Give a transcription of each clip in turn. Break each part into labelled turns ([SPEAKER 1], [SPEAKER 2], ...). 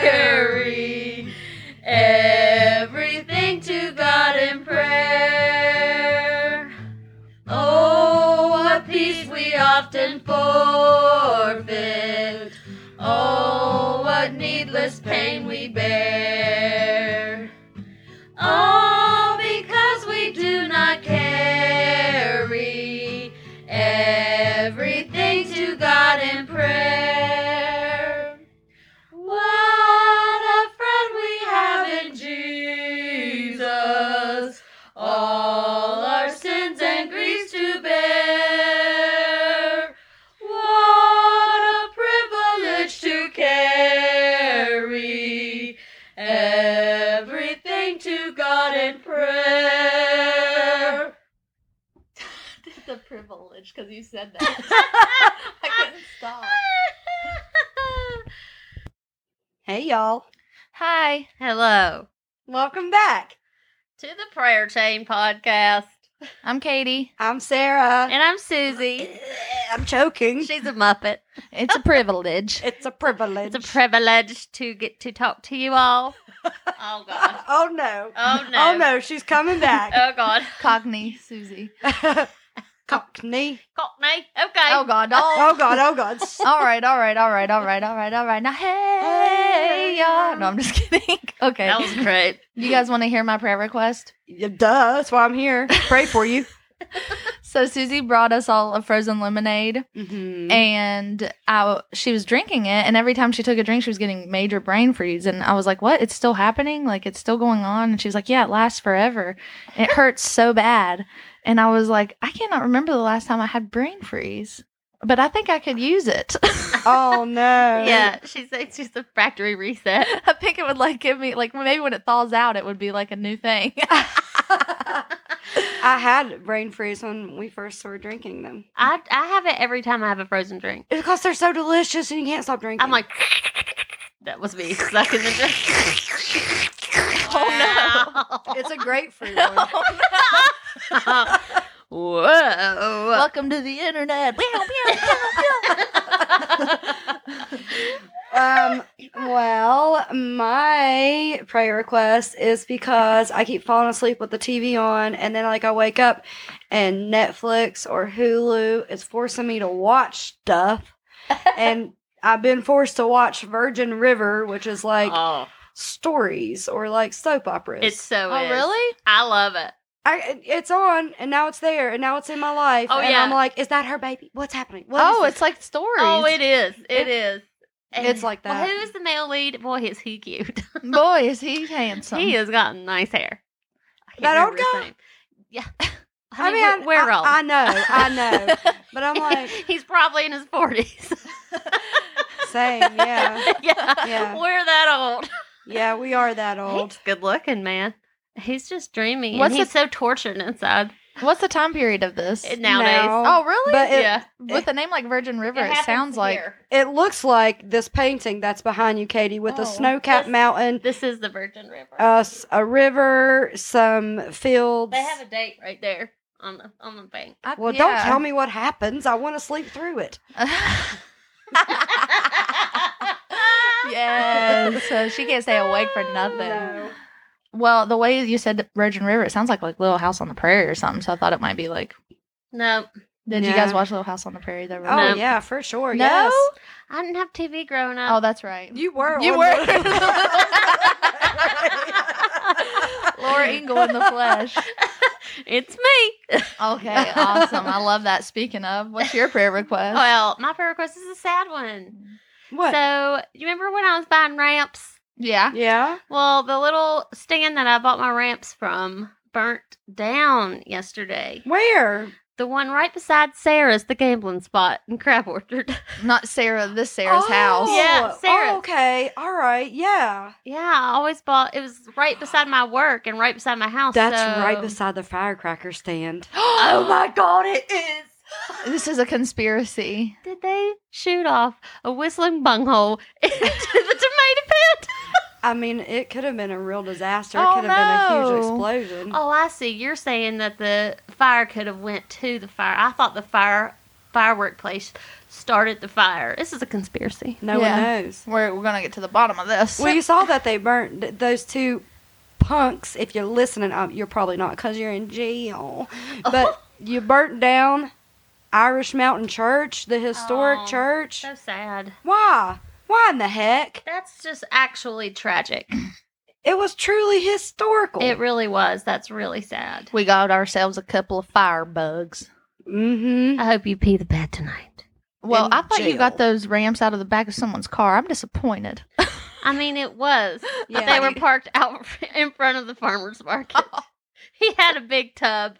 [SPEAKER 1] carry everything to God in prayer. Oh, what peace we often forfeit. Oh, what needless pain we bear. All because we do not carry everything to God in prayer. What a friend we have in Jesus, all our sins and griefs to bear. What a privilege to carry everything to God in prayer.
[SPEAKER 2] It's a privilege because you said that. I couldn't stop.
[SPEAKER 3] Hey, y'all.
[SPEAKER 1] Hi. Hello.
[SPEAKER 3] Welcome back.
[SPEAKER 1] To the Prayer Chain Podcast.
[SPEAKER 2] I'm Katie.
[SPEAKER 3] I'm Sarah. Eh,
[SPEAKER 1] And I'm Susie.
[SPEAKER 3] I'm choking.
[SPEAKER 1] She's a Muppet.
[SPEAKER 2] It's a privilege.
[SPEAKER 3] It's a privilege.
[SPEAKER 1] It's a privilege to get to talk to you all. Oh, God.
[SPEAKER 3] oh, no.
[SPEAKER 1] Oh, no.
[SPEAKER 3] Oh, no. She's coming back.
[SPEAKER 1] Oh, God.
[SPEAKER 2] Cockney, Susie.
[SPEAKER 1] Oh.
[SPEAKER 3] Cockney.
[SPEAKER 1] Cockney. Okay.
[SPEAKER 2] Oh God! Oh.
[SPEAKER 3] Oh, God. Oh, God.
[SPEAKER 2] all right, all right, all right, all right, all right, all right. Now, hey, y'all. No, I'm just kidding. Okay,
[SPEAKER 1] That was great.
[SPEAKER 2] you guys want to hear my prayer request?
[SPEAKER 3] Yeah, Duh. That's why I'm here. Pray for you.
[SPEAKER 2] So Susie brought us all a frozen lemonade,
[SPEAKER 3] Mm-hmm.
[SPEAKER 2] and I she was drinking it, and every time she took a drink, she was getting major brain freeze, and I was like, "What? It's still happening? Like it's still going on?" And she was like, "Yeah, it lasts forever. It hurts so bad." And I was like, "I cannot remember the last time I had brain freeze, but I think I could use it.
[SPEAKER 3] Oh, no.
[SPEAKER 1] Yeah. She said she's a factory reset.
[SPEAKER 2] I think it would like give me like maybe when it thaws out, it would be like a new thing."
[SPEAKER 3] I had brain freeze when we first started drinking them.
[SPEAKER 1] I, I have it every time I have a frozen drink.
[SPEAKER 3] It's because they're so delicious and you can't stop drinking.
[SPEAKER 1] I'm like, that was me sucking the drink.
[SPEAKER 2] Oh,
[SPEAKER 1] no.
[SPEAKER 3] it's a grapefruit one.
[SPEAKER 1] Whoa.
[SPEAKER 2] Welcome to the internet.
[SPEAKER 3] Um, well, my prayer request is because I keep falling asleep with the TV on, and then like I wake up and Netflix or Hulu is forcing me to watch stuff, and I've been forced to watch Virgin River, which is like
[SPEAKER 1] oh,
[SPEAKER 3] stories or like soap operas.
[SPEAKER 1] it's so
[SPEAKER 2] oh,
[SPEAKER 1] is.
[SPEAKER 2] really?
[SPEAKER 1] I love it.
[SPEAKER 3] I, it's on, and now it's there, and now it's in my life.
[SPEAKER 1] Oh,
[SPEAKER 3] and
[SPEAKER 1] yeah.
[SPEAKER 3] I'm like, is that her baby? What's happening? What
[SPEAKER 2] Oh,
[SPEAKER 3] is
[SPEAKER 2] it's like stories.
[SPEAKER 1] Oh, it is. It
[SPEAKER 3] It-
[SPEAKER 1] is.
[SPEAKER 3] It's like
[SPEAKER 1] Well,
[SPEAKER 3] that.
[SPEAKER 1] who is the male lead? Boy, is he cute.
[SPEAKER 2] boy is he handsome.
[SPEAKER 1] he has gotten nice hair. I can't
[SPEAKER 3] That old
[SPEAKER 1] remember his
[SPEAKER 3] guy?
[SPEAKER 1] name. Yeah.
[SPEAKER 3] this? I mean, I-
[SPEAKER 1] we're, we're
[SPEAKER 3] I,
[SPEAKER 1] old.
[SPEAKER 3] I know, I know, but I'm like,
[SPEAKER 1] he's probably in his forties.
[SPEAKER 3] same, yeah.
[SPEAKER 1] yeah,
[SPEAKER 3] Yeah.
[SPEAKER 1] we're that old.
[SPEAKER 3] Yeah, we are that old.
[SPEAKER 1] He's good looking, man. He's just dreamy.
[SPEAKER 2] What's
[SPEAKER 1] and he's so tortured inside
[SPEAKER 2] What's the time period of this?
[SPEAKER 1] nowadays.
[SPEAKER 3] Now.
[SPEAKER 2] oh, really?
[SPEAKER 3] But it,
[SPEAKER 1] yeah,
[SPEAKER 2] With a name like Virgin River, it, sounds like
[SPEAKER 3] it looks like this painting that's behind you, Katie, with
[SPEAKER 2] Oh.
[SPEAKER 3] a snow-capped
[SPEAKER 1] This-
[SPEAKER 3] mountain,
[SPEAKER 1] this is the Virgin River.
[SPEAKER 3] uh, s- a river, some fields.
[SPEAKER 1] they have a date right there on the on the bank.
[SPEAKER 2] I,
[SPEAKER 3] well, don't tell me what happens. I want to sleep through it.
[SPEAKER 2] yes, so she can't stay awake for nothing.
[SPEAKER 3] No.
[SPEAKER 2] Well, the way you said Virgin River, it sounds like like Little House on the Prairie or something. So I thought it might be like.
[SPEAKER 1] No,
[SPEAKER 2] Did you
[SPEAKER 3] Yeah.
[SPEAKER 2] guys watch Little House on the Prairie? Though,
[SPEAKER 3] Oh
[SPEAKER 1] No.
[SPEAKER 3] yeah, for sure.
[SPEAKER 2] No?
[SPEAKER 3] Yes,
[SPEAKER 1] I didn't have TV growing
[SPEAKER 2] Oh,
[SPEAKER 1] up.
[SPEAKER 2] that's right.
[SPEAKER 3] you were.
[SPEAKER 2] You
[SPEAKER 3] on
[SPEAKER 2] were.
[SPEAKER 3] the-
[SPEAKER 2] Laura Ingle in the flesh.
[SPEAKER 1] it's me.
[SPEAKER 2] Okay, awesome. I love that. Speaking of, what's your prayer request?
[SPEAKER 1] Well, my prayer request is a sad
[SPEAKER 3] Oh,
[SPEAKER 1] one.
[SPEAKER 3] what?
[SPEAKER 1] So you remember when I was buying ramps?
[SPEAKER 2] yeah.
[SPEAKER 3] yeah.
[SPEAKER 1] Well, the little stand that I bought my ramps from burnt down yesterday.
[SPEAKER 3] Where?
[SPEAKER 1] The one right beside Sarah's, the gambling spot in Crab Orchard.
[SPEAKER 2] Not Sarah, this Sarah's
[SPEAKER 3] Oh,
[SPEAKER 2] house.
[SPEAKER 1] Yeah, Sarah's.
[SPEAKER 3] Oh, okay. All right. Yeah.
[SPEAKER 1] yeah, I always bought. It was right beside my work and right beside my house.
[SPEAKER 3] That's
[SPEAKER 1] so-
[SPEAKER 3] right beside the firecracker stand.
[SPEAKER 1] Oh my god, it is.
[SPEAKER 2] This is a conspiracy.
[SPEAKER 1] Did they shoot off a whistling bunghole into the tomato pit?
[SPEAKER 3] I mean, it could have been a real disaster. It
[SPEAKER 2] Oh,
[SPEAKER 3] could have been a
[SPEAKER 2] no. Oh,
[SPEAKER 3] huge explosion.
[SPEAKER 1] Oh, I see. You're saying that the fire could have went to the fire. I thought the fire firework place started the fire. This is a conspiracy.
[SPEAKER 3] No
[SPEAKER 2] Yeah.
[SPEAKER 3] one knows.
[SPEAKER 2] We're, we're gonna get to the bottom of this.
[SPEAKER 3] Well, you saw that they burnt th- those two punks. If you're listening, um, you're probably not because you're in jail. But you burnt down Irish Mountain Church, the historic
[SPEAKER 1] Oh,
[SPEAKER 3] church.
[SPEAKER 1] So sad.
[SPEAKER 3] Why? Why in the heck?
[SPEAKER 1] That's just actually tragic.
[SPEAKER 3] It was truly historical.
[SPEAKER 1] It really was. That's really sad.
[SPEAKER 2] we got ourselves a couple of firebugs.
[SPEAKER 3] mm-hmm.
[SPEAKER 2] Uh,
[SPEAKER 1] I hope you pee the bed tonight.
[SPEAKER 2] Well,
[SPEAKER 3] In
[SPEAKER 2] I thought you got
[SPEAKER 3] jail.
[SPEAKER 2] those ramps out of the back of someone's car. I'm disappointed.
[SPEAKER 1] I mean, it was.
[SPEAKER 3] Yeah.
[SPEAKER 1] They were parked out in front of the farmer's market. He had a big tub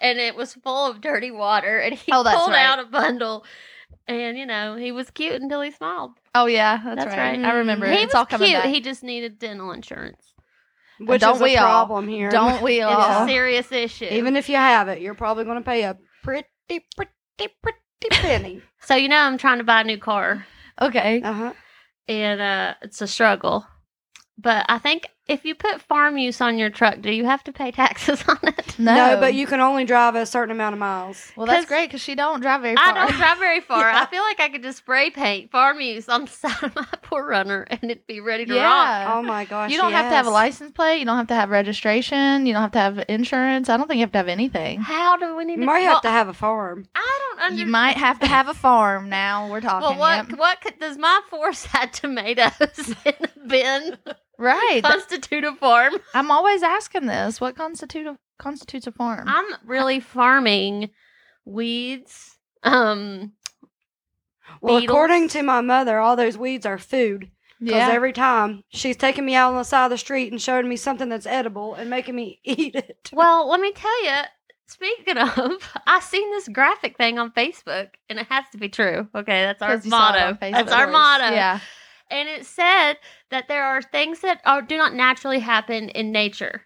[SPEAKER 1] and it was full of dirty water and he
[SPEAKER 2] Oh, that's
[SPEAKER 1] pulled
[SPEAKER 2] right.
[SPEAKER 1] out a bundle and you know, he was cute until he smiled.
[SPEAKER 2] Oh yeah, that's,
[SPEAKER 1] That's
[SPEAKER 2] right.
[SPEAKER 1] right.
[SPEAKER 2] I remember.
[SPEAKER 1] he
[SPEAKER 2] it's
[SPEAKER 1] was
[SPEAKER 2] all coming
[SPEAKER 1] cute.
[SPEAKER 2] back.
[SPEAKER 1] He just needed dental insurance.
[SPEAKER 3] Which
[SPEAKER 2] Don't
[SPEAKER 3] is
[SPEAKER 2] we
[SPEAKER 3] a
[SPEAKER 2] all?
[SPEAKER 3] problem here.
[SPEAKER 2] Don't we
[SPEAKER 1] It's
[SPEAKER 2] all?
[SPEAKER 1] a serious issue.
[SPEAKER 3] Even if you have it, you're probably going to pay a pretty, pretty, pretty penny.
[SPEAKER 1] so you know I'm trying to buy a new car.
[SPEAKER 2] Okay.
[SPEAKER 3] uh huh.
[SPEAKER 1] and uh, it's a struggle. But I think if you put farm use on your truck, do you have to pay taxes on it?
[SPEAKER 2] No,
[SPEAKER 3] No. but you can only drive a certain amount of miles.
[SPEAKER 2] Well, that's
[SPEAKER 1] 'cause
[SPEAKER 2] great because she don't drive very
[SPEAKER 1] I
[SPEAKER 2] far.
[SPEAKER 1] don't drive very far.
[SPEAKER 3] Yeah.
[SPEAKER 1] I feel like I could just spray paint farm use on the side of my poor runner, and it'd be ready to rock.
[SPEAKER 2] yeah.
[SPEAKER 3] Oh my gosh.
[SPEAKER 2] you don't have to have a
[SPEAKER 3] yes.
[SPEAKER 2] license plate. You don't have to have registration. You don't have to have insurance. I don't think you have to have anything.
[SPEAKER 1] How do we need
[SPEAKER 3] You might
[SPEAKER 1] well,
[SPEAKER 3] have to have a farm.
[SPEAKER 1] I don't
[SPEAKER 2] You
[SPEAKER 1] understand.
[SPEAKER 2] might have to have a farm. Now we're talking.
[SPEAKER 1] Well, what
[SPEAKER 2] yep.
[SPEAKER 1] what could, does my four side tomatoes in a bin
[SPEAKER 2] Right.
[SPEAKER 1] constitute a farm?
[SPEAKER 2] I'm always asking this. What constitute a, constitutes a farm?
[SPEAKER 1] I'm really farming weeds. Um,
[SPEAKER 3] Well,
[SPEAKER 1] Beetles.
[SPEAKER 3] according to my mother, all those weeds are food. Because
[SPEAKER 2] yeah.
[SPEAKER 3] every time she's taking me out on the side of the street and showing me something that's edible and making me eat it.
[SPEAKER 1] Well, let me tell you. Speaking of, I seen this graphic thing on Facebook, and it has to be true. Okay, that's our
[SPEAKER 2] 'Cause you saw it
[SPEAKER 1] motto.
[SPEAKER 2] on Facebook.
[SPEAKER 1] That's our
[SPEAKER 3] Of course,
[SPEAKER 1] motto.
[SPEAKER 2] yeah.
[SPEAKER 1] And it said that there are things that are, do not naturally happen in nature.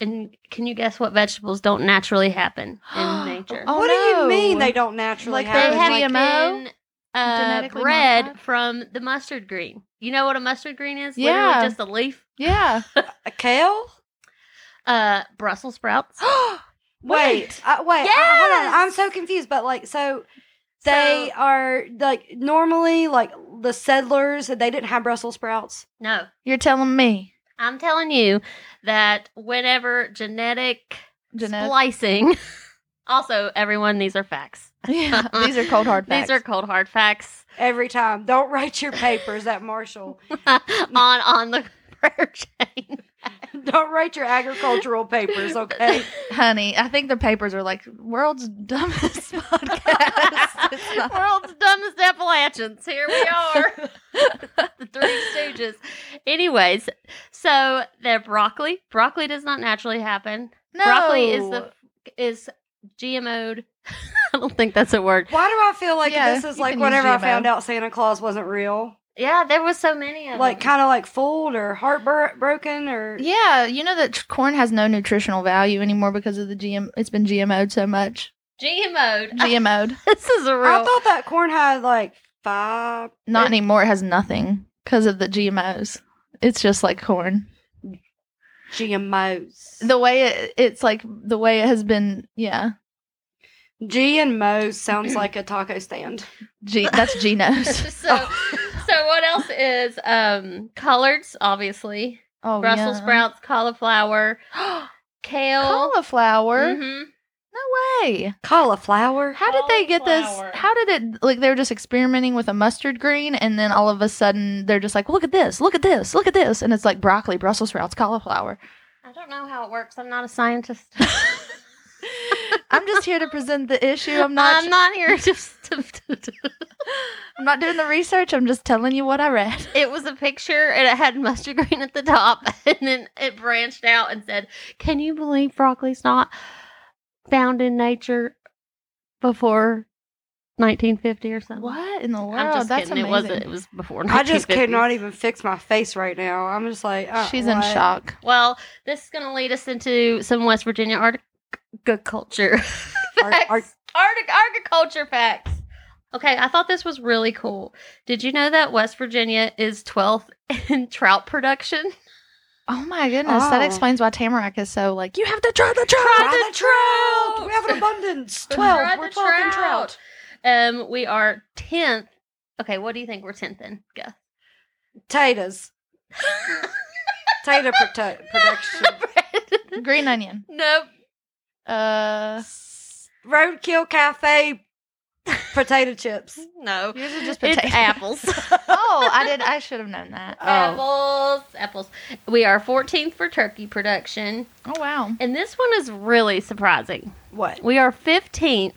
[SPEAKER 1] And can you guess what vegetables don't naturally happen in nature?
[SPEAKER 2] Oh,
[SPEAKER 3] what do
[SPEAKER 2] no.
[SPEAKER 3] you mean they don't naturally
[SPEAKER 2] Like, they
[SPEAKER 1] they have
[SPEAKER 3] happen?
[SPEAKER 2] GMO?
[SPEAKER 1] been uh,
[SPEAKER 2] Genetically
[SPEAKER 1] bred
[SPEAKER 2] modified?
[SPEAKER 1] from the mustard green. You know what a mustard green is?
[SPEAKER 2] Yeah.
[SPEAKER 1] Literally just a leaf.
[SPEAKER 2] Yeah.
[SPEAKER 3] a kale?
[SPEAKER 1] Uh, Brussels sprouts.
[SPEAKER 3] Wait, uh, wait. uh, hold
[SPEAKER 1] Yes!
[SPEAKER 3] on. I'm so confused. But like, so they
[SPEAKER 1] So-
[SPEAKER 3] are like normally like the settlers. They didn't have Brussels sprouts.
[SPEAKER 1] no,
[SPEAKER 2] You're telling me.
[SPEAKER 1] I'm telling you that whenever genetic
[SPEAKER 2] Jeanette.
[SPEAKER 1] splicing, also everyone, these are facts.
[SPEAKER 2] yeah. These are cold hard facts.
[SPEAKER 1] These are cold hard facts
[SPEAKER 3] Every time, don't write your papers at Marshall.
[SPEAKER 1] on on the prayer chain.
[SPEAKER 3] don't write your agricultural papers. Okay.
[SPEAKER 2] Honey, I think the papers are like world's dumbest podcast. It's not-
[SPEAKER 1] World's dumbest Appalachians. Here we are, the Three Stooges. Anyways, so they're broccoli. Broccoli does not naturally happen.
[SPEAKER 2] no.
[SPEAKER 1] Broccoli is the is GMO'd. I don't think that's a word.
[SPEAKER 3] Why do I feel like
[SPEAKER 2] Yeah,
[SPEAKER 3] this is
[SPEAKER 2] you
[SPEAKER 3] like
[SPEAKER 2] can
[SPEAKER 3] whenever I
[SPEAKER 2] use GMO.
[SPEAKER 3] found out Santa Claus wasn't real?
[SPEAKER 1] Yeah, there was so many of
[SPEAKER 3] Like
[SPEAKER 1] them.
[SPEAKER 3] kind of like fooled or heartbroken or
[SPEAKER 2] Yeah, you know that tr- corn has no nutritional value anymore because of the GM. It's been GMO'd so much.
[SPEAKER 1] GMO'd.
[SPEAKER 2] GMO'd,
[SPEAKER 1] This is a real.
[SPEAKER 3] I thought that corn had like five.
[SPEAKER 2] not anymore. It has nothing because of the GMOs. It's just like corn.
[SPEAKER 3] GMOs.
[SPEAKER 2] The way it, it's like the way it has been. Yeah,
[SPEAKER 3] GMOs sounds like a taco stand.
[SPEAKER 2] G. That's genos.
[SPEAKER 1] so,
[SPEAKER 2] Oh.
[SPEAKER 1] so what else is um collards? Obviously,
[SPEAKER 2] Oh,
[SPEAKER 1] Brussels
[SPEAKER 2] yeah.
[SPEAKER 1] sprouts, cauliflower, kale.
[SPEAKER 2] cauliflower.
[SPEAKER 1] Mhm.
[SPEAKER 2] No way.
[SPEAKER 3] Cauliflower.
[SPEAKER 2] How did they get this?
[SPEAKER 1] Cauliflower.
[SPEAKER 2] How did it? Like they were just experimenting with a mustard green, and then all of a sudden they're just like, look at this, look at this, look at this, and it's like broccoli, Brussels sprouts, cauliflower.
[SPEAKER 1] I don't know how it works. I'm not a scientist.
[SPEAKER 2] I'm just here to present the issue. I'm not.
[SPEAKER 1] I'm not here just to, to- to-
[SPEAKER 2] I'm not doing the research. I'm just telling you what I read.
[SPEAKER 1] It was a picture and it had mustard green at the top, and then it branched out and said, "Can you believe broccoli's not found in nature before 1950 or something?"
[SPEAKER 2] What in the world?
[SPEAKER 1] I'm just
[SPEAKER 2] That's
[SPEAKER 1] kidding.
[SPEAKER 2] amazing.
[SPEAKER 1] It wasn't. It was before.
[SPEAKER 3] I just
[SPEAKER 1] 1950s.
[SPEAKER 3] could not even fix my face right now. I'm just like, uh,
[SPEAKER 2] She's in
[SPEAKER 3] what?
[SPEAKER 2] shock.
[SPEAKER 1] Well, this is going to lead us into some West Virginia agriculture
[SPEAKER 3] Ar-
[SPEAKER 1] facts.
[SPEAKER 3] ar-
[SPEAKER 1] Artic- agriculture facts. Okay, I thought this was really cool. Did you know that West Virginia is 12th in trout production?
[SPEAKER 2] Oh my goodness, that
[SPEAKER 3] Oh.
[SPEAKER 2] explains why Tamarack is so like. You have to try the trout.
[SPEAKER 3] Try the trout. We have an abundance. Twelve.
[SPEAKER 1] Try
[SPEAKER 3] We're
[SPEAKER 1] the
[SPEAKER 3] twelve in
[SPEAKER 1] trout.
[SPEAKER 3] trout.
[SPEAKER 1] Um, we are tenth. Okay, what do you think we're tenth in? Go.
[SPEAKER 3] Potatoes. Potato produ- production.
[SPEAKER 2] Green onion.
[SPEAKER 1] nope.
[SPEAKER 2] Uh,
[SPEAKER 3] Roadkill Cafe potato chips.
[SPEAKER 1] No.
[SPEAKER 2] yours are just
[SPEAKER 1] It's
[SPEAKER 2] potatoes.
[SPEAKER 1] apples.
[SPEAKER 2] oh, I did. I should have known that.
[SPEAKER 1] Apples. Apples. We are 14th for turkey production.
[SPEAKER 2] Oh wow.
[SPEAKER 1] And this one is really surprising.
[SPEAKER 3] What?
[SPEAKER 1] We are 15th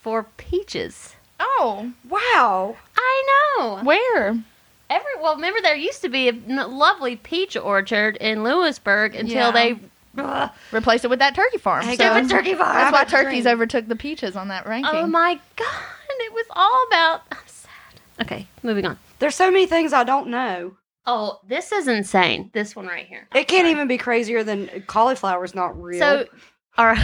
[SPEAKER 1] for peaches.
[SPEAKER 2] Oh,
[SPEAKER 3] Wow.
[SPEAKER 1] I know.
[SPEAKER 2] where?
[SPEAKER 1] Every well, remember there used to be a n- lovely peach orchard in Lewisburg until
[SPEAKER 2] Yeah.
[SPEAKER 1] they ugh,
[SPEAKER 2] Replace it with that turkey farm.
[SPEAKER 3] Hey,
[SPEAKER 2] so-
[SPEAKER 1] stupid turkey farm.
[SPEAKER 2] That's why
[SPEAKER 3] about to
[SPEAKER 2] turkeys
[SPEAKER 3] dream.
[SPEAKER 2] overtook the peaches on that ranking.
[SPEAKER 1] Oh my god! It was all about. I'm sad. Okay, moving on.
[SPEAKER 3] There's so many things I don't know.
[SPEAKER 1] Oh, this is insane. This one right here.
[SPEAKER 3] It can't even be crazier than cauliflower's not real.
[SPEAKER 1] So, our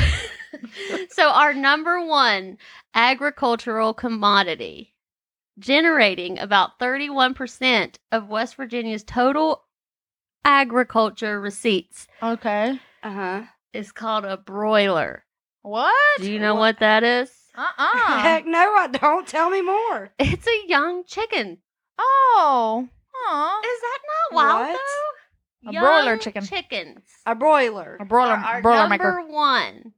[SPEAKER 1] so our number one agricultural commodity, generating about thirty-one percent of West Virginia's total agriculture receipts,
[SPEAKER 2] Okay.
[SPEAKER 3] uh huh.
[SPEAKER 1] is called a broiler.
[SPEAKER 2] What?
[SPEAKER 1] Do you know what that is?
[SPEAKER 2] Uh uh
[SPEAKER 3] Heck no, I don't. Tell me more.
[SPEAKER 1] It's a young chicken.
[SPEAKER 2] Oh. Aw.
[SPEAKER 1] Is that not wild
[SPEAKER 3] What?
[SPEAKER 1] though?
[SPEAKER 2] A broiler
[SPEAKER 1] Young
[SPEAKER 2] chicken.
[SPEAKER 1] Chickens.
[SPEAKER 3] A broiler.
[SPEAKER 2] A broiler,
[SPEAKER 1] are our
[SPEAKER 2] broiler
[SPEAKER 1] number
[SPEAKER 2] maker.
[SPEAKER 1] one.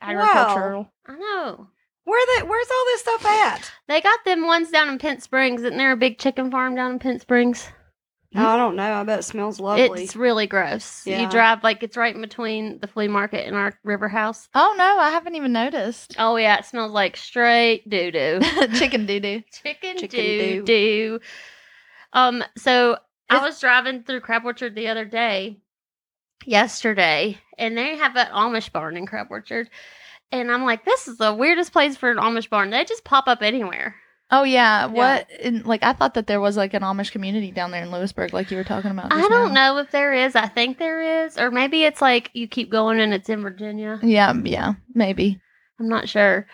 [SPEAKER 2] Agricultural.
[SPEAKER 1] I know.
[SPEAKER 3] Where the, Where's all this stuff at?
[SPEAKER 1] They got them ones down in Penn Springs. Isn't there a big chicken farm down in Penn Springs?
[SPEAKER 2] Hmm?
[SPEAKER 3] No, I don't know. I bet it smells lovely.
[SPEAKER 1] It's really gross. You
[SPEAKER 3] Yeah.
[SPEAKER 1] drive like it's right in between the flea market and our river house.
[SPEAKER 2] Oh no, I haven't even noticed.
[SPEAKER 1] Oh yeah, it smells like straight doo doo.
[SPEAKER 2] Chicken doo doo.
[SPEAKER 1] chicken
[SPEAKER 3] Chicken
[SPEAKER 1] doo
[SPEAKER 3] doo.
[SPEAKER 1] doo. Um, so I
[SPEAKER 3] Is-
[SPEAKER 1] was driving through Crab Orchard the other day, yesterday, and they have an Amish barn in Crab Orchard, and I'm like, this is the weirdest place for an Amish barn. They just pop up anywhere.
[SPEAKER 2] Oh yeah. What? In, like I thought that there was like an Amish community down there in Lewisburg, like you were talking about.
[SPEAKER 1] I
[SPEAKER 2] just
[SPEAKER 1] don't
[SPEAKER 2] now.
[SPEAKER 1] know if there is. I think there is, or maybe it's like you keep going and it's in Virginia.
[SPEAKER 2] Yeah. Yeah. Maybe.
[SPEAKER 1] I'm not sure.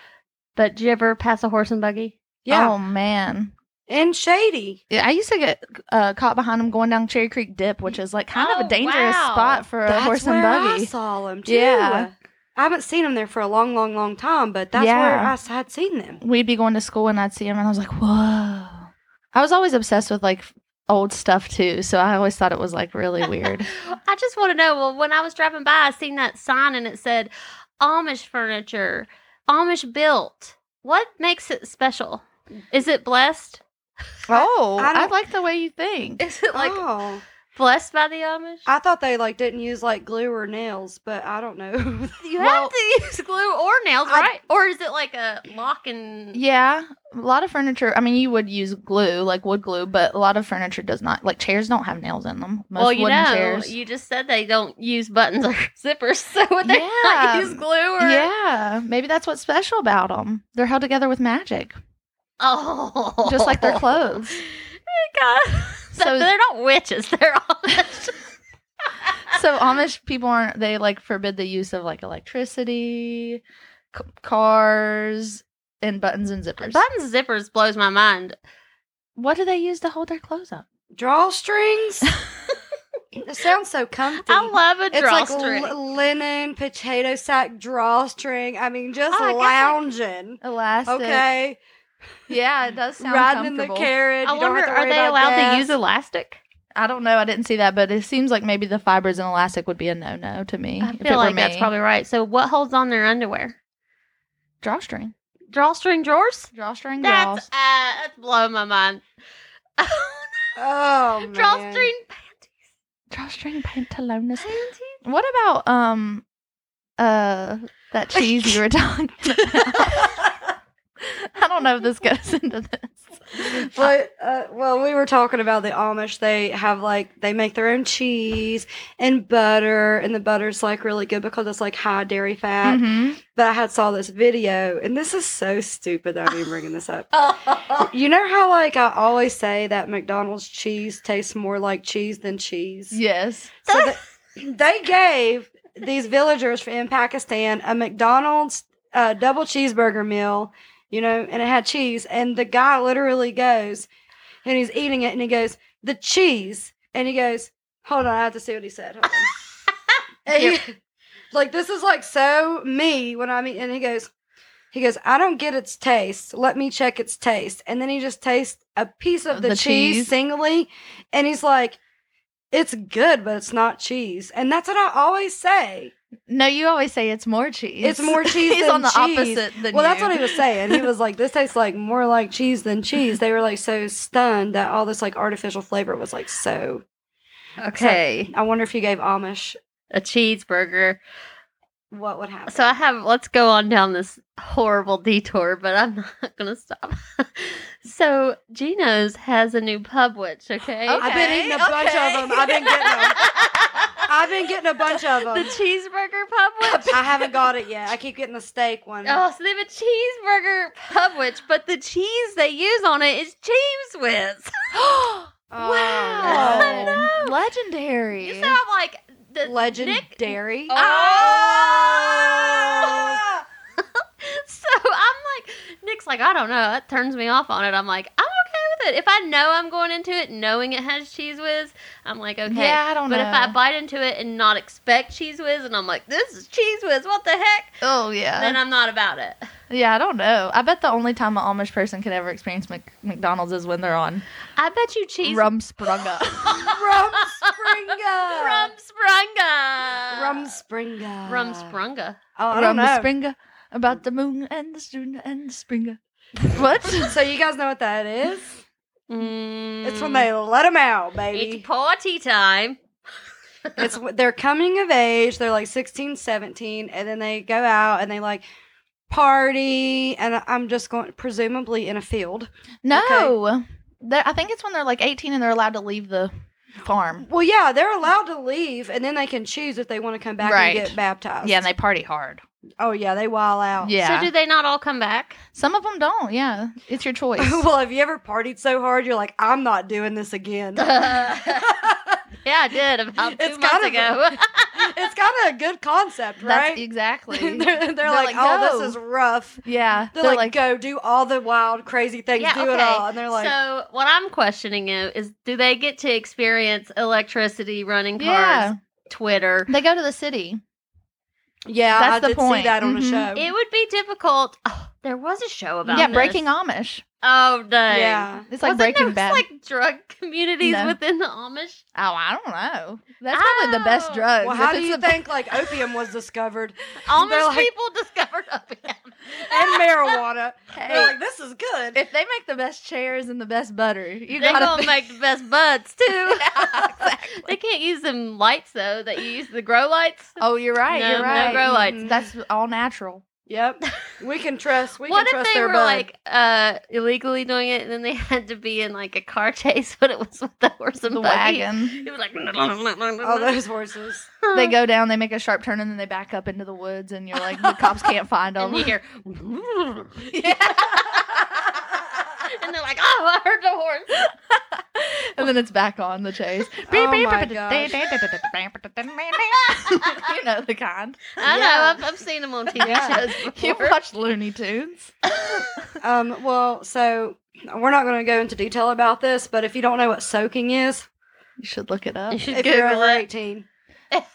[SPEAKER 1] But did you ever pass a horse and buggy?
[SPEAKER 3] yeah,
[SPEAKER 2] Oh man.
[SPEAKER 3] and shady.
[SPEAKER 2] Yeah, I used to get uh, caught behind them going down Cherry Creek Dip, which is like kind of
[SPEAKER 1] Oh,
[SPEAKER 2] a dangerous
[SPEAKER 1] wow.
[SPEAKER 2] spot for a
[SPEAKER 3] That's
[SPEAKER 2] horse and
[SPEAKER 3] where
[SPEAKER 2] buggy.
[SPEAKER 3] I saw them too.
[SPEAKER 2] Yeah.
[SPEAKER 3] I haven't seen them there for a long, long, long time, but that's
[SPEAKER 2] Yeah.
[SPEAKER 3] where I s- had seen them.
[SPEAKER 2] we'd be going to school and I'd see him and I was like, whoa. I was always obsessed with like old stuff too. So I always thought it was like really weird.
[SPEAKER 1] I just want to know. Well, when I was driving by, I seen that sign and it said Amish furniture, Amish built. What makes it special? Is it blessed?
[SPEAKER 2] oh,
[SPEAKER 3] I
[SPEAKER 2] I,
[SPEAKER 3] don't-
[SPEAKER 2] like the way you think.
[SPEAKER 1] Is it like
[SPEAKER 3] oh,
[SPEAKER 1] blessed by the Amish?
[SPEAKER 3] I thought they like didn't use like glue or nails, but I don't know.
[SPEAKER 1] you
[SPEAKER 2] well-
[SPEAKER 1] have to use glue or nails,
[SPEAKER 3] I-
[SPEAKER 1] right? or is it like a lock and?
[SPEAKER 2] Yeah. A lot of furniture, I mean, you would use glue, like wood glue, but a lot of furniture does not. Like chairs don't have nails in them. Most
[SPEAKER 1] well, you
[SPEAKER 2] wooden
[SPEAKER 1] know,
[SPEAKER 2] chairs.
[SPEAKER 1] you just said they don't use buttons or zippers, so would they
[SPEAKER 2] Yeah.
[SPEAKER 1] not use glue or?
[SPEAKER 2] yeah. Maybe that's what's special about them. They're held together with magic,
[SPEAKER 1] Oh,
[SPEAKER 2] just like their clothes.
[SPEAKER 1] God.
[SPEAKER 2] So-
[SPEAKER 1] So they're not witches. They're Amish.
[SPEAKER 2] so Amish people aren't they like forbid the use of like electricity, c- cars, and buttons and zippers.
[SPEAKER 1] Button zippers blows my mind.
[SPEAKER 2] what do they use to hold their clothes up?
[SPEAKER 3] Drawstrings. it sounds so comfy.
[SPEAKER 1] I love a
[SPEAKER 3] it's like
[SPEAKER 1] drawstring.
[SPEAKER 3] l- linen potato sack drawstring. I mean, just
[SPEAKER 1] Oh, I guess I-
[SPEAKER 3] lounging.
[SPEAKER 2] Elastic.
[SPEAKER 3] okay,
[SPEAKER 2] Yeah, it does sound
[SPEAKER 3] riding in the
[SPEAKER 2] comfortable.
[SPEAKER 3] carriage.
[SPEAKER 1] I
[SPEAKER 3] you don't
[SPEAKER 1] wonder,
[SPEAKER 3] have to
[SPEAKER 1] are
[SPEAKER 3] worry
[SPEAKER 1] they
[SPEAKER 3] about
[SPEAKER 1] allowed
[SPEAKER 3] gas.
[SPEAKER 1] to use elastic?
[SPEAKER 2] I don't know. I didn't see that, but it seems like maybe the fibers and elastic would be a no-no to me.
[SPEAKER 1] I
[SPEAKER 2] if it
[SPEAKER 1] feel
[SPEAKER 2] were
[SPEAKER 1] like that's
[SPEAKER 2] me.
[SPEAKER 1] probably right. So, what holds on their underwear?
[SPEAKER 2] drawstring.
[SPEAKER 1] Drawstring drawers?
[SPEAKER 2] Drawstring
[SPEAKER 1] That's uh,
[SPEAKER 2] draws.
[SPEAKER 1] that's blowing my mind.
[SPEAKER 3] Oh, man.
[SPEAKER 1] drawstring panties.
[SPEAKER 2] Drawstring pantalones.
[SPEAKER 1] Panties.
[SPEAKER 2] What about um uh that cheese you were talking about? I don't know if this goes into this.
[SPEAKER 3] But uh, well, we were talking about the Amish. They have like they make their own cheese and butter, and the butter's like really good because it's like high dairy fat.
[SPEAKER 2] Mhm.
[SPEAKER 3] But I had saw this video, and this is so stupid that I'm even bringing this up. You know how like I always say that McDonald's cheese tastes more like cheese than cheese.
[SPEAKER 2] Yes.
[SPEAKER 3] So the, they gave these villagers in Pakistan a McDonald's uh, double cheeseburger meal, you know, and it had cheese. And the guy literally goes, and he's eating it, and he goes, "The cheese," and he goes, "Hold on, I have to see what he said." Hold on. And he- like this is like so me when I'm eating, and he goes, He goes, I don't get its taste. Let me check its taste. And then he just tastes a piece of
[SPEAKER 2] Of
[SPEAKER 3] the,
[SPEAKER 2] the
[SPEAKER 3] cheese,
[SPEAKER 2] cheese.
[SPEAKER 3] singly. And he's like, it's good, but it's not cheese. And that's what I always say.
[SPEAKER 2] No, you always say it's more cheese.
[SPEAKER 3] It's more cheese
[SPEAKER 2] He's
[SPEAKER 3] than
[SPEAKER 2] on the
[SPEAKER 3] cheese.
[SPEAKER 2] opposite than
[SPEAKER 3] Well, that's
[SPEAKER 2] you.
[SPEAKER 3] what he was saying. He was like, this tastes like more like cheese than cheese. They were like so stunned that all this like artificial flavor was like so.
[SPEAKER 1] Okay.
[SPEAKER 3] I wonder if you gave Amish
[SPEAKER 1] A cheeseburger.
[SPEAKER 3] what would happen.
[SPEAKER 1] So I have let's go on down this horrible detour, but I'm not gonna stop. so Gino's has a new pub witch, okay?
[SPEAKER 2] Oh,
[SPEAKER 3] I've been eating a bunch
[SPEAKER 2] Okay,
[SPEAKER 3] of them. I've been getting them. I've been getting a bunch of
[SPEAKER 1] the
[SPEAKER 3] them.
[SPEAKER 1] cheeseburger pub witch.
[SPEAKER 2] Um,
[SPEAKER 3] I haven't got it yet. I keep getting the steak one.
[SPEAKER 1] Oh, so they have a cheeseburger pub witch, but the cheese they use on it is cheese whiz.
[SPEAKER 3] Oh,
[SPEAKER 1] wow.
[SPEAKER 3] no.
[SPEAKER 1] I know.
[SPEAKER 2] Legendary.
[SPEAKER 1] so I'm like the
[SPEAKER 3] Legendary.
[SPEAKER 1] Nick-
[SPEAKER 2] "Ah!"
[SPEAKER 3] Oh.
[SPEAKER 1] So I'm like, Nick's like, I don't know. That turns me off on it. I'm like, I'm okay with it. If I know I'm going into it knowing it has cheese whiz, I'm like, okay.
[SPEAKER 2] Yeah, I
[SPEAKER 1] But
[SPEAKER 2] don't know.
[SPEAKER 1] if I bite into it and not expect cheese whiz, and I'm like, this is cheese whiz, what the heck?
[SPEAKER 2] oh yeah,
[SPEAKER 1] then I'm not about it.
[SPEAKER 2] yeah. I don't know. I bet the only time an Amish person could ever experience Mc- McDonald's is when they're on
[SPEAKER 1] I bet you cheese
[SPEAKER 2] Rumspringa.
[SPEAKER 1] oh.
[SPEAKER 3] Rumspringa.
[SPEAKER 1] Rumsprunga.
[SPEAKER 3] Rumspringa.
[SPEAKER 1] Rumsprunga.
[SPEAKER 3] Oh, I don't know.
[SPEAKER 2] Rumspringa about the moon and the student and the springer. What?
[SPEAKER 3] So you guys know what that is?
[SPEAKER 1] Mm.
[SPEAKER 3] It's when they let them out,
[SPEAKER 1] It's
[SPEAKER 3] baby.
[SPEAKER 1] party time.
[SPEAKER 3] It's when they're coming of age. They're like 16, 17, and then they go out and they like party. And I'm just going presumably in a field.
[SPEAKER 2] No, They're- I think it's when they're like 18 and they're allowed to leave the farm.
[SPEAKER 3] Well, yeah, they're allowed to leave, and then they can choose if they want to come back
[SPEAKER 2] Right.
[SPEAKER 3] and get baptized.
[SPEAKER 2] Yeah, and they party hard.
[SPEAKER 3] oh yeah, they wild out.
[SPEAKER 2] Yeah,
[SPEAKER 1] So do they not all come back?
[SPEAKER 2] some of them don't. Yeah, it's your choice.
[SPEAKER 3] well, have you ever partied so hard you're like, I'm not doing this again?
[SPEAKER 1] yeah,
[SPEAKER 3] it's
[SPEAKER 1] I did about two
[SPEAKER 3] It's
[SPEAKER 1] months
[SPEAKER 3] kind of
[SPEAKER 1] ago.
[SPEAKER 3] kind of a good concept,
[SPEAKER 2] That's
[SPEAKER 3] right?
[SPEAKER 2] exactly.
[SPEAKER 3] they're, they're like,
[SPEAKER 2] like,
[SPEAKER 3] oh,
[SPEAKER 2] go."
[SPEAKER 3] this is rough.
[SPEAKER 2] yeah,
[SPEAKER 3] They're, like, go do all the wild, crazy things,
[SPEAKER 1] Yeah,
[SPEAKER 3] do it
[SPEAKER 1] okay.
[SPEAKER 3] all, and they're like,
[SPEAKER 1] so what I'm questioning you is, do they get to experience electricity, running cars,
[SPEAKER 2] Yeah.
[SPEAKER 1] Twitter?
[SPEAKER 2] They go to the city.
[SPEAKER 3] yeah,
[SPEAKER 2] That's
[SPEAKER 3] I
[SPEAKER 2] the
[SPEAKER 3] did see
[SPEAKER 2] point.
[SPEAKER 3] that on a
[SPEAKER 2] Mhm.
[SPEAKER 3] show.
[SPEAKER 1] It would be difficult. Oh, there was a show about
[SPEAKER 2] yeah,
[SPEAKER 1] this.
[SPEAKER 2] breaking Amish.
[SPEAKER 1] Oh dang!
[SPEAKER 3] yeah,
[SPEAKER 2] It's like
[SPEAKER 1] Wasn't
[SPEAKER 2] Breaking
[SPEAKER 1] there,
[SPEAKER 2] Bad.
[SPEAKER 1] Like drug communities
[SPEAKER 2] No.
[SPEAKER 1] within the Amish.
[SPEAKER 2] oh, I don't know. That's probably the
[SPEAKER 1] Oh.
[SPEAKER 2] best drug.
[SPEAKER 3] well, how do you think like opium was discovered
[SPEAKER 1] Amish
[SPEAKER 3] like-
[SPEAKER 1] people discovered opium.
[SPEAKER 3] and marijuana? They're
[SPEAKER 2] Hey,
[SPEAKER 3] like, this is good.
[SPEAKER 2] if they make the best chairs and the best butter, you
[SPEAKER 1] They're
[SPEAKER 2] gotta
[SPEAKER 1] gonna
[SPEAKER 2] think-
[SPEAKER 1] make the best buds too.
[SPEAKER 2] exactly.
[SPEAKER 1] They can't use them lights though. That you use the grow lights.
[SPEAKER 2] Oh, you're right.
[SPEAKER 1] No,
[SPEAKER 2] you're
[SPEAKER 1] no
[SPEAKER 2] right. Mm-hmm.
[SPEAKER 1] grow lights.
[SPEAKER 3] Mhm.
[SPEAKER 2] That's all natural.
[SPEAKER 3] Yep. We can trust. We
[SPEAKER 1] what
[SPEAKER 3] can
[SPEAKER 1] if
[SPEAKER 3] trust
[SPEAKER 1] they
[SPEAKER 3] their
[SPEAKER 1] were
[SPEAKER 3] bud.
[SPEAKER 1] like uh, illegally doing it, and then they had to be in like a car chase, but it was with the horse and
[SPEAKER 2] The
[SPEAKER 1] buggy?
[SPEAKER 2] wagon.
[SPEAKER 1] It was like,
[SPEAKER 3] oh, those horses.
[SPEAKER 2] They go down. They make a sharp turn, and then they back up into the woods. And you're like, the cops can't find
[SPEAKER 1] and
[SPEAKER 2] them.
[SPEAKER 1] you hear,
[SPEAKER 3] oh
[SPEAKER 1] and they're like, oh, I heard the horse.
[SPEAKER 2] and then it's back on the chase.
[SPEAKER 3] my gosh.
[SPEAKER 2] you know the kind.
[SPEAKER 1] I
[SPEAKER 3] Yeah.
[SPEAKER 1] know, I've, I've seen them on TV
[SPEAKER 3] Yeah.
[SPEAKER 1] shows
[SPEAKER 2] You
[SPEAKER 1] before.
[SPEAKER 2] watch Looney Tunes.
[SPEAKER 3] Um, well, so we're not going to go into detail about this, but if you don't know what soaking is,
[SPEAKER 2] You should look it up.
[SPEAKER 1] You should
[SPEAKER 3] if you're
[SPEAKER 1] Google
[SPEAKER 3] over
[SPEAKER 1] it.
[SPEAKER 3] 18,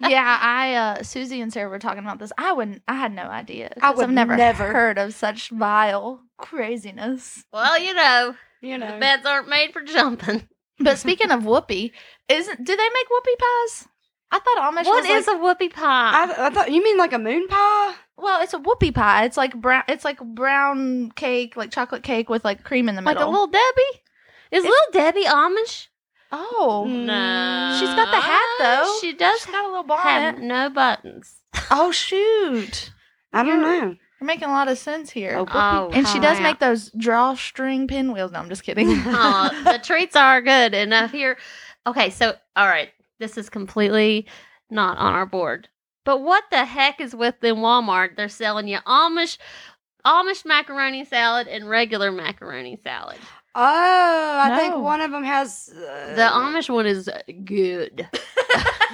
[SPEAKER 2] yeah, I uh Susie and Sarah were talking about this. I wouldn't I had no idea.
[SPEAKER 3] I
[SPEAKER 2] 'cause
[SPEAKER 3] would
[SPEAKER 2] I've never,
[SPEAKER 3] never.
[SPEAKER 2] heard of such vile craziness.
[SPEAKER 1] Well, you know,
[SPEAKER 3] you
[SPEAKER 1] the
[SPEAKER 3] know.
[SPEAKER 1] beds aren't made for jumping.
[SPEAKER 2] But speaking of whoopee, isn't do they make whoopie pies? I thought Amish
[SPEAKER 1] What
[SPEAKER 2] was
[SPEAKER 1] is
[SPEAKER 2] like,
[SPEAKER 1] a whoopie pie?
[SPEAKER 3] I, I thought you mean like a moon pie.
[SPEAKER 2] well, it's a whoopie pie. It's like brown it's like brown cake, like chocolate cake with like cream in the
[SPEAKER 1] like
[SPEAKER 2] middle.
[SPEAKER 1] a little Debbie? Is little Debbie Amish?
[SPEAKER 2] Oh.
[SPEAKER 1] No.
[SPEAKER 2] She's got the hat, though.
[SPEAKER 1] She does
[SPEAKER 2] She's got a little
[SPEAKER 1] have
[SPEAKER 2] bonnet.
[SPEAKER 1] no buttons.
[SPEAKER 2] Oh shoot.
[SPEAKER 3] I don't know.
[SPEAKER 2] You're making a lot of sense here.
[SPEAKER 3] Oh,
[SPEAKER 1] Oh,
[SPEAKER 2] and she does
[SPEAKER 1] crap.
[SPEAKER 2] make those drawstring pinwheels. No, I'm just kidding.
[SPEAKER 1] oh, the treats are good enough here. Okay, so all right, this is completely not on our board. But what the heck is with them Walmart? They're selling you Amish Amish macaroni salad and regular macaroni salad.
[SPEAKER 3] Oh, I think
[SPEAKER 2] No.
[SPEAKER 3] one of them has uh,
[SPEAKER 1] The Amish one is good.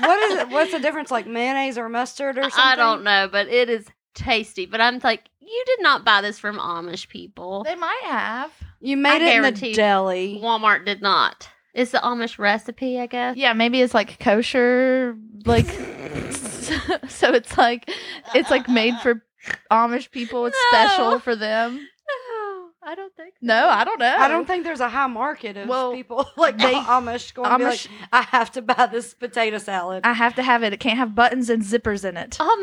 [SPEAKER 3] What is it? What's the difference? Like mayonnaise or mustard or something?
[SPEAKER 1] I don't know, but it is tasty. But I'm like, you did not buy this from Amish people.
[SPEAKER 2] they might have.
[SPEAKER 3] You made
[SPEAKER 1] I
[SPEAKER 3] it in
[SPEAKER 1] guarantee-
[SPEAKER 3] the deli.
[SPEAKER 1] Walmart did not. It's the Amish recipe, I guess.
[SPEAKER 2] Yeah, maybe it's like kosher, like so it's like it's like made for Amish people it's
[SPEAKER 1] No.
[SPEAKER 2] special for them?
[SPEAKER 1] No, I don't think.
[SPEAKER 2] No, I don't know.
[SPEAKER 3] I don't think there's a high market of
[SPEAKER 2] Well,
[SPEAKER 3] people like
[SPEAKER 2] they-
[SPEAKER 3] Amish going to be
[SPEAKER 2] Amish.
[SPEAKER 3] like, I have to buy this potato salad.
[SPEAKER 2] I have to have it. It can't have buttons and zippers in it.
[SPEAKER 1] Oh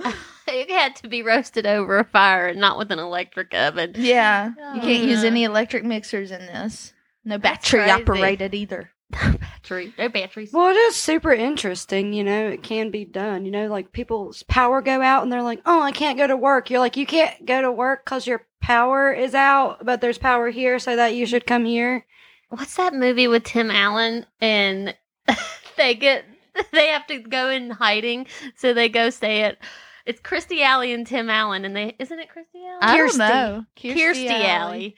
[SPEAKER 1] man, it had to be roasted over a fire and not with an electric oven.
[SPEAKER 2] Yeah. You can't use
[SPEAKER 1] Yeah.
[SPEAKER 2] any electric mixers in this. No
[SPEAKER 1] That's
[SPEAKER 2] battery
[SPEAKER 1] crazy.
[SPEAKER 2] operated either.
[SPEAKER 1] Battery, no batteries.
[SPEAKER 3] well, it is super interesting. You know, it can be done. You know, like people's power go out and they're like, oh, I can't go to work. You're like, you can't go to work because your power is out, but there's power here, so that you should come here.
[SPEAKER 1] What's that movie with Tim Allen and they get they have to go in hiding, so they go stay at. It's Christy Alley and Tim Allen, and they isn't it Christy Alley?
[SPEAKER 2] I don't
[SPEAKER 3] Kirstie.
[SPEAKER 2] know.
[SPEAKER 1] Oh, Kirstie Alley.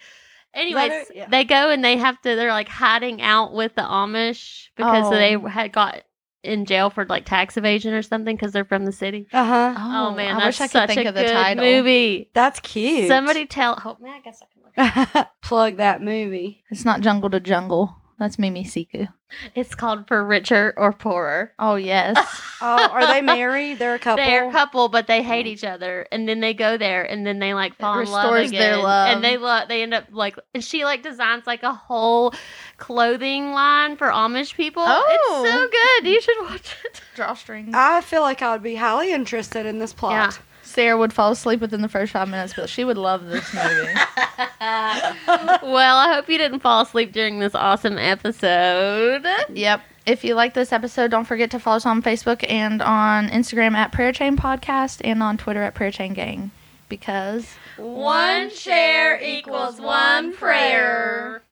[SPEAKER 1] Anyways,
[SPEAKER 3] Letter- yeah.
[SPEAKER 1] they go and they have to. They're like hiding out with the Amish because
[SPEAKER 2] Oh.
[SPEAKER 1] they had got in jail for like tax evasion or something because they're from the city.
[SPEAKER 3] Uh huh.
[SPEAKER 1] Oh, man,
[SPEAKER 2] I
[SPEAKER 1] that's
[SPEAKER 2] wish I could
[SPEAKER 1] such
[SPEAKER 2] think
[SPEAKER 1] a
[SPEAKER 2] of the
[SPEAKER 1] good
[SPEAKER 2] title.
[SPEAKER 1] movie.
[SPEAKER 3] That's cute.
[SPEAKER 1] Somebody tell. Oh man, I guess I can look.
[SPEAKER 3] plug that movie.
[SPEAKER 2] It's not Jungle to Jungle. That's Mimi Siku.
[SPEAKER 1] It's called For Richer or Poorer.
[SPEAKER 2] Oh yes.
[SPEAKER 3] Oh, are they married? They're a couple.
[SPEAKER 1] They're a couple, but they hate each other, and then they go there, and then they like fall in love
[SPEAKER 2] restores
[SPEAKER 1] again,
[SPEAKER 2] their love.
[SPEAKER 1] and they love. They end up like, and she like designs like a whole clothing line for Amish people.
[SPEAKER 2] Oh.
[SPEAKER 1] it's so good. You should watch it.
[SPEAKER 2] Drawstrings.
[SPEAKER 3] I feel like I would be highly interested in this plot.
[SPEAKER 1] Yeah.
[SPEAKER 2] Sarah would fall asleep within the first five minutes, but she would love this movie.
[SPEAKER 1] well, I hope you didn't fall asleep during this awesome episode.
[SPEAKER 2] yep. If you like this episode, don't forget to follow us on Facebook and on Instagram at Prayer Chain Podcast and on Twitter at Prayer Chain Gang. Because
[SPEAKER 1] One share equals one prayer.